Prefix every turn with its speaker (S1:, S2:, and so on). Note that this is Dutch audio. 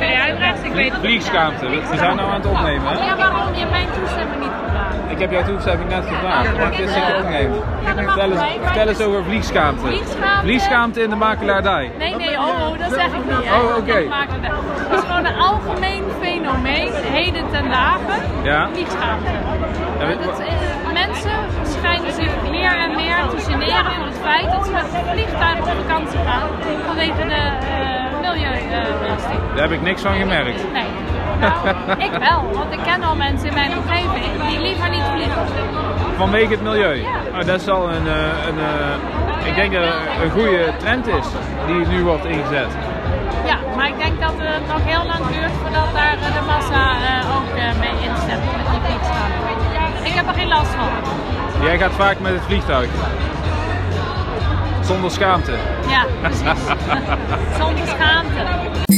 S1: ben je uitrecht? Ik weet het niet.
S2: Vliegschaamte. We zijn nou aan het opnemen, hè?
S1: Ja, waarom je mijn toestemming niet gevraagd?
S2: Ik heb jouw toestemming net gevraagd, maar dit zit ook nemen.
S1: Ja, dat mag
S2: Vertel eens,
S1: wel.
S2: vertel eens over vliegschaamte.
S1: Vliegschaamte.
S2: Vliegschaamte in de makelaardij.
S1: Nee, nee, oh, oh, dat zeg ik niet. hè.
S2: Oh, oké.
S1: Dat maakt het uit. Het is gewoon een algemeen fenomeen, heden ten dagen,
S2: Ja.
S1: vliegschaamte.
S2: Ja, we-
S1: Dat, eh, mensen schijnen zich meer en meer te generen voor het feit dat ze met het vliegtuig op vakantie gaan vanwege de eh milieubelasting.
S2: Daar heb ik niks van gemerkt.
S1: nee. Nou, ik wel, want ik ken al mensen in mijn omgeving die liever niet vliegen.
S2: Vanwege het milieu. Nou, dat is al een, eh, een eh, ik denk dat het een goede trend is die nu wordt ingezet.
S1: Ja, maar ik denk dat het nog heel lang duurt voordat daar eh, de massa eh, ook eh, mee instemt met die vliegschaamte. Ik heb er geen last van.
S2: Jij gaat vaak met het vliegtuig. Zonder schaamte.
S1: Ja, precies. Zonder schaamte.